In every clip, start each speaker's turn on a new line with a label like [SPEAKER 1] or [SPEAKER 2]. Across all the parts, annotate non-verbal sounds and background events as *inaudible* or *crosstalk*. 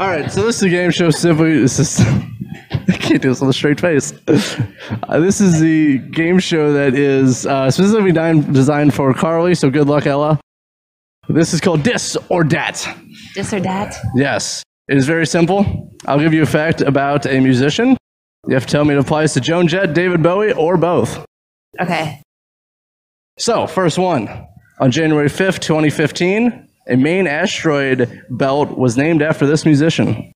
[SPEAKER 1] All right, so this is a game show simply. This is. *laughs* I can't do this with a straight face. Uh, this is the game show that is uh, specifically dine- designed for Carly, so good luck, Ella. This is called Dis or Dat.
[SPEAKER 2] This or that?
[SPEAKER 1] Yes. It is very simple. I'll give you a fact about a musician. You have to tell me it applies to Joan Jett, David Bowie, or both.
[SPEAKER 2] Okay.
[SPEAKER 1] So, first one. On January 5th, 2015, a main asteroid belt was named after this musician.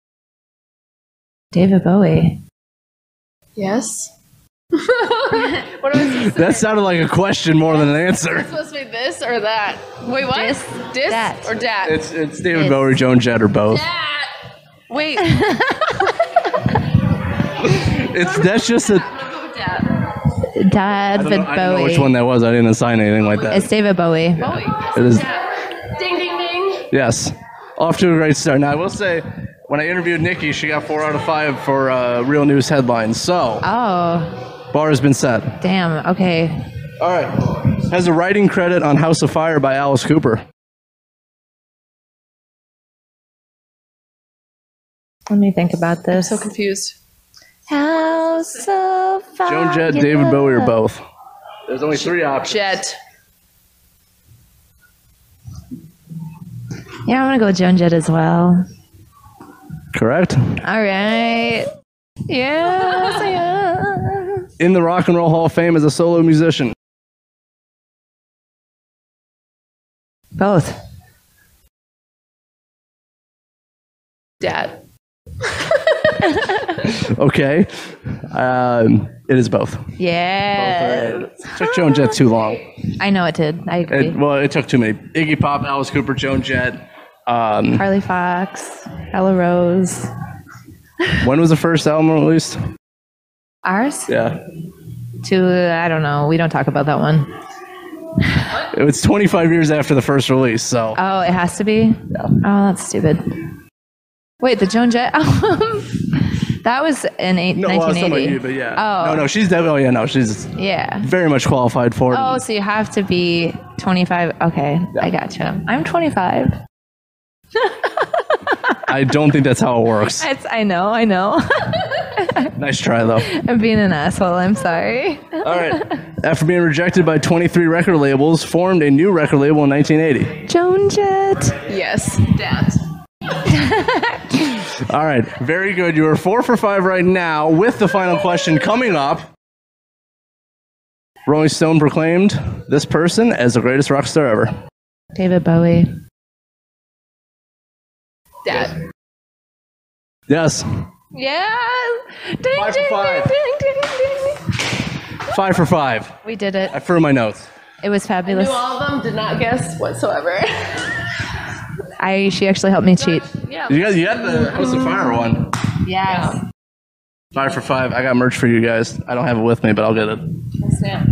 [SPEAKER 2] David Bowie.
[SPEAKER 3] Yes. what am I supposed to
[SPEAKER 1] That
[SPEAKER 3] say?
[SPEAKER 1] sounded like a question more than an answer.
[SPEAKER 3] It's supposed to be this or that. Wait, what?
[SPEAKER 2] Dis,
[SPEAKER 3] Dis
[SPEAKER 2] dat.
[SPEAKER 3] or dat?
[SPEAKER 1] It's, it's David Bowie, Joan Jett, or both.
[SPEAKER 3] dat. Wait.
[SPEAKER 1] It's, that's just a.
[SPEAKER 3] dat.
[SPEAKER 1] I
[SPEAKER 2] David
[SPEAKER 1] don't, know, I don't know
[SPEAKER 2] Bowie.
[SPEAKER 1] which one that was. I didn't assign anything like that.
[SPEAKER 2] It's David Bowie.
[SPEAKER 3] Bowie.
[SPEAKER 1] It is-
[SPEAKER 3] Ding, ding, ding.
[SPEAKER 1] Yes. Off to a great start. Now, I will say, when I interviewed Nikki, she got four out of five for uh, real news headlines. So,
[SPEAKER 2] Oh,
[SPEAKER 1] bar has been set.
[SPEAKER 2] damn. Okay.
[SPEAKER 1] All right. Has a writing credit on House of Fire by Alice Cooper.
[SPEAKER 2] Let me think about this.
[SPEAKER 3] So confused.
[SPEAKER 2] House of Fire.
[SPEAKER 1] Joan Jett, David Bowie, or both? There's only three options.
[SPEAKER 3] Jet.
[SPEAKER 2] Yeah, I'm gonna go with Joan Jett as well.
[SPEAKER 1] Correct.
[SPEAKER 2] All right. Yes. yes.
[SPEAKER 1] In the Rock and Roll Hall of Fame as a solo musician.
[SPEAKER 2] Both.
[SPEAKER 3] Dat.
[SPEAKER 1] Okay. Um, it is both.
[SPEAKER 2] Yeah.
[SPEAKER 1] Took Joan Jett too long.
[SPEAKER 2] I know it did. I agree.
[SPEAKER 1] It, well, it took too many. Iggy Pop, Alice Cooper, Joan Jett. Um,
[SPEAKER 2] Harley Fox, Ella Rose.
[SPEAKER 1] when was the first album released?
[SPEAKER 2] Ours?
[SPEAKER 1] Yeah.
[SPEAKER 2] Two, I don't know. We don't talk about that one.
[SPEAKER 1] It was 25 years after the first release, so
[SPEAKER 2] Oh, it has to be? Oh, that's stupid. Wait, the Joan Jett *laughs* album? that was in eight,
[SPEAKER 1] no, well, it's not about
[SPEAKER 2] 1980.
[SPEAKER 1] you, but yeah.
[SPEAKER 2] Oh.
[SPEAKER 1] No, no, she's definitely. Oh, yeah, no, she's
[SPEAKER 2] Yeah.
[SPEAKER 1] very much qualified for it.
[SPEAKER 2] Oh, so you have to be 25. Okay, I gotcha. I'm 25.
[SPEAKER 1] I don't think that's how it works.
[SPEAKER 2] It's, *laughs* I know, I know. *laughs*
[SPEAKER 1] nice try, though.
[SPEAKER 2] I'm being an asshole. I'm sorry.
[SPEAKER 1] All right. After being rejected by 23 record labels, formed a new record label in 1980.
[SPEAKER 2] Joan Jett.
[SPEAKER 3] Yes. Dat.
[SPEAKER 1] All right. Very good. You are four for five right now with the final question coming up. Rolling Stone proclaimed this person as the greatest rock star ever.
[SPEAKER 2] David Bowie.
[SPEAKER 3] Dat.
[SPEAKER 1] Yes.
[SPEAKER 2] Yes. Ding,
[SPEAKER 1] Five for
[SPEAKER 2] ding,
[SPEAKER 1] five.
[SPEAKER 2] ding, ding, ding, ding, ding.
[SPEAKER 1] Five for five.
[SPEAKER 2] We did it.
[SPEAKER 1] I threw my notes.
[SPEAKER 2] It was
[SPEAKER 3] Knew
[SPEAKER 2] fabulous.
[SPEAKER 3] all of them, did not guess whatsoever.
[SPEAKER 2] I she actually helped me cheat.
[SPEAKER 3] yeah.
[SPEAKER 1] You got, you got the House of Fire one.
[SPEAKER 2] Yes.
[SPEAKER 1] Five for five. I got merch for you guys. I don't have it with me, but I'll get it.
[SPEAKER 3] Snap.